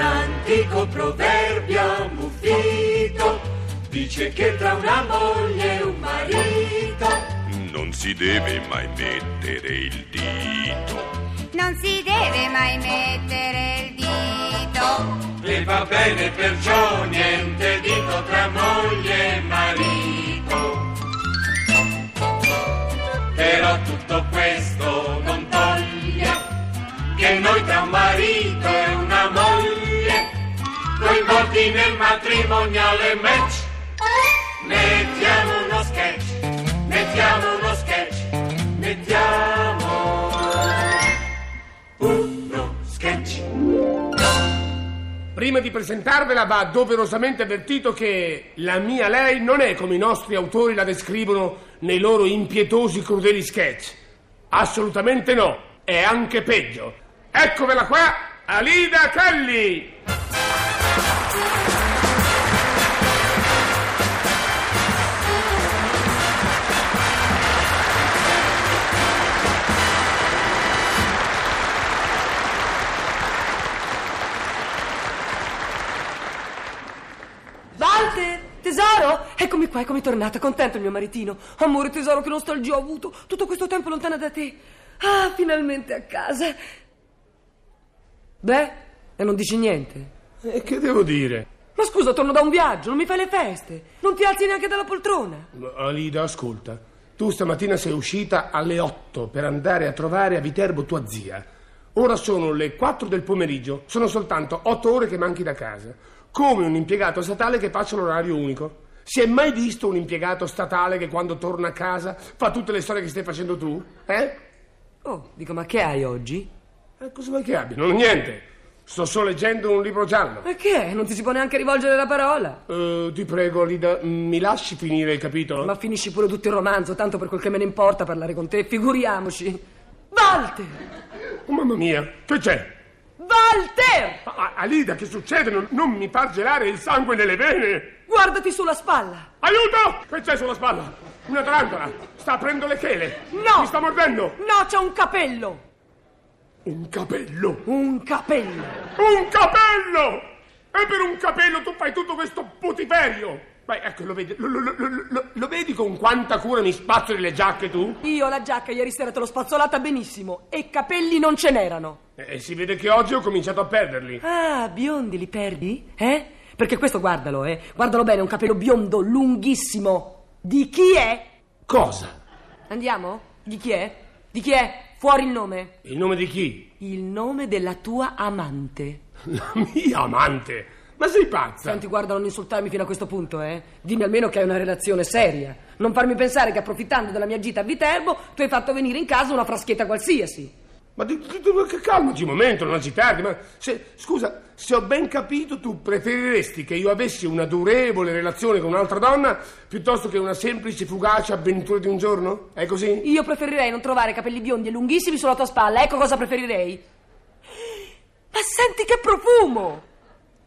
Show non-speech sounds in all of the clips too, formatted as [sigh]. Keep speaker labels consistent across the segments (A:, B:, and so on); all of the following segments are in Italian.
A: L'antico proverbio muffito dice che tra una moglie e un marito non si deve mai mettere il dito.
B: Non si deve mai mettere il dito.
A: E va bene perciò niente dito tra moglie e marito. Però tutto questo non toglie che noi tra un marito e una moglie coinvolti nel matrimoniale match mettiamo uno sketch, mettiamo uno sketch, mettiamo uno sketch.
C: Prima di presentarvela va doverosamente avvertito che la mia lei non è come i nostri autori la descrivono nei loro impietosi crudeli sketch. Assolutamente no, è anche peggio. Eccovela qua, Alida Kelly!
D: Walter, tesoro, eccomi qua, eccomi tornata, contento il mio maritino. Amore, tesoro, che nostalgia ho avuto tutto questo tempo lontana da te. Ah, finalmente a casa. Beh, e non dici niente?
C: E che devo dire?
D: Ma scusa, torno da un viaggio, non mi fai le feste, non ti alzi neanche dalla poltrona.
C: Alida, ascolta, tu stamattina sei uscita alle 8 per andare a trovare a Viterbo tua zia. Ora sono le 4 del pomeriggio, sono soltanto 8 ore che manchi da casa. Come un impiegato statale che passa l'orario unico. Si è mai visto un impiegato statale che quando torna a casa fa tutte le storie che stai facendo tu? Eh?
D: Oh, dico, ma che hai oggi?
C: eh cosa vuoi che abbia? Non ho niente. Sto solo leggendo un libro giallo.
D: Ma che è? Non ti si può neanche rivolgere la parola.
C: Eh, ti prego, Alida, mi lasci finire il capitolo?
D: Ma finisci pure tutto il romanzo, tanto per quel che me ne importa parlare con te, figuriamoci. Walter!
C: Oh, mamma mia, che c'è?
D: Walter!
C: A- A- Alida, che succede? Non, non mi far gelare il sangue nelle vene!
D: Guardati sulla spalla!
C: Aiuto! Che c'è sulla spalla? Una tarantola! Sta aprendo le chele!
D: No!
C: Mi sta mordendo!
D: No, c'è un capello!
C: Un capello!
D: Un capello!
C: Un capello! E per un capello tu fai tutto questo putiferio! Beh, ecco, lo vedi, lo, lo- lo- lo- lo- lo vedi con quanta cura mi spazzo le giacche tu?
D: Io la giacca ieri sera te l'ho spazzolata benissimo e capelli non ce n'erano.
C: E si vede che oggi ho cominciato a perderli.
D: Ah, biondi li perdi? Eh? Perché questo guardalo, eh. Guardalo bene, è un capello biondo, lunghissimo. Di chi è?
C: Cosa?
D: Andiamo? Di chi è? Di chi è? Fuori il nome.
C: Il nome di chi? [laughs]
D: Il nome della tua amante.
C: La mia amante! Ma sei pazza!
D: Senti, guarda, non insultarmi fino a questo punto, eh. Dimmi almeno che hai una relazione seria. Non farmi pensare che approfittando della mia gita a Viterbo tu hai fatto venire in casa una fraschetta qualsiasi.
C: Ma di, di, di- che calmaci un momento, non agitarti, ma se, scusa, se ho ben capito tu preferiresti che io avessi una durevole relazione con un'altra donna piuttosto che una semplice fugace avventura di un giorno? È così?
D: Io preferirei non trovare capelli biondi e lunghissimi sulla tua spalla. Ecco cosa preferirei. Ma senti che profumo!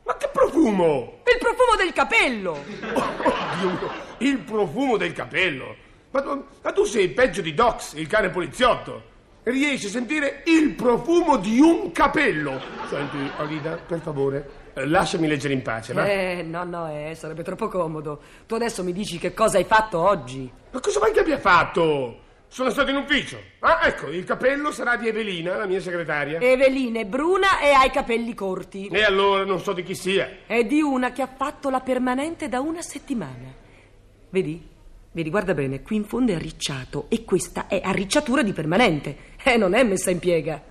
C: Ma che profumo!
D: Il profumo del capello!
C: Oh, oddio, il profumo del capello! Ma, tu- ma tu sei peggio di Dox, il cane poliziotto! Riesci a sentire il profumo di un capello! Senti, Alida, per favore, eh, lasciami leggere in pace, va?
D: Eh, no, no, eh, sarebbe troppo comodo. Tu adesso mi dici che cosa hai fatto oggi.
C: Ma cosa mai che abbia fatto? Sono stato in ufficio. Ah, ecco, il capello sarà di Evelina, la mia segretaria. E,
D: Evelina è bruna e ha i capelli corti.
C: allora non so di chi sia.
D: È di una che ha fatto la permanente da una settimana. Vedi? Vedi, guarda bene, qui in fondo è arricciato e questa è arricciatura di permanente. Eh, non è messa in piega.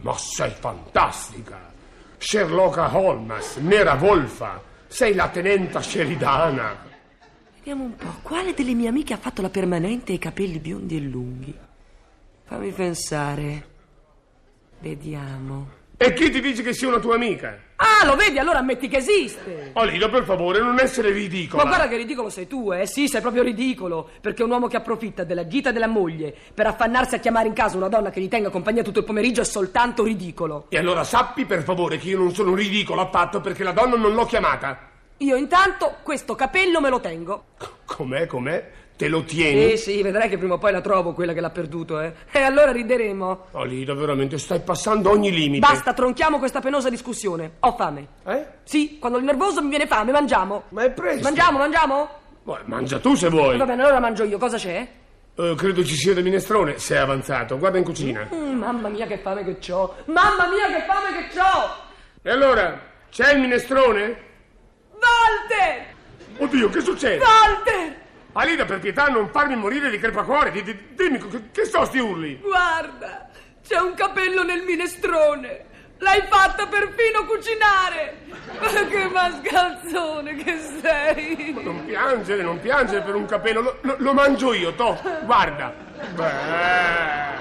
C: Ma sei fantastica! Sherlocka Holmes, Nera Wolfa, sei la tenenta Sheridana.
D: Vediamo un po', quale delle mie amiche ha fatto la permanente e i capelli biondi e lunghi? Fammi pensare. Vediamo.
C: E chi ti dice che sia una tua amica?
D: Ah, lo vedi, allora ammetti che esiste.
C: Olido, per favore, non essere
D: Ma
C: ridicola.
D: guarda che ridicolo sei tu, eh? Sì, sei proprio ridicolo. Perché un uomo che approfitta della gita della moglie per affannarsi a chiamare in casa una donna che gli tenga compagnia tutto il pomeriggio è soltanto ridicolo.
C: E allora sappi per favore che io non sono ridicolo affatto perché la donna non l'ho chiamata.
D: Io intanto questo capello me lo tengo.
C: Com'è, com'è? Te lo tieni?
D: Sì, sì, vedrai che prima o poi la trovo quella che l'ha perduto, eh. [laughs] E allora rideremo.
C: Alida, veramente stai passando ogni limite.
D: Basta, tronchiamo questa penosa discussione. Ho fame.
C: Eh?
D: Sì, quando il nervoso mi viene fame, mangiamo.
C: Ma è presto.
D: Mangiamo, mangiamo?
C: Boh, mangia tu se vuoi.
D: Va bene, allora mangio io, cosa c'è?
C: Eh, credo ci sia del minestrone, se è avanzato. Guarda in cucina.
D: Mm, mamma mia che fame che c'ho! Mamma mia che fame che c'ho!
C: E allora, c'è il minestrone?
D: Walter!
C: Oddio, che succede?
D: Walter!
C: Alida, per pietà, non farmi morire di crepacuore. Di, di- dimmi, che, che sto sti urli?
D: Guarda! C'è un capello nel minestrone! L'hai fatta perfino cucinare! che mascalzone che sei!
C: Non piangere, non piangere per un capello. Lo, lo- lo mangio io, to. Guarda. Beh.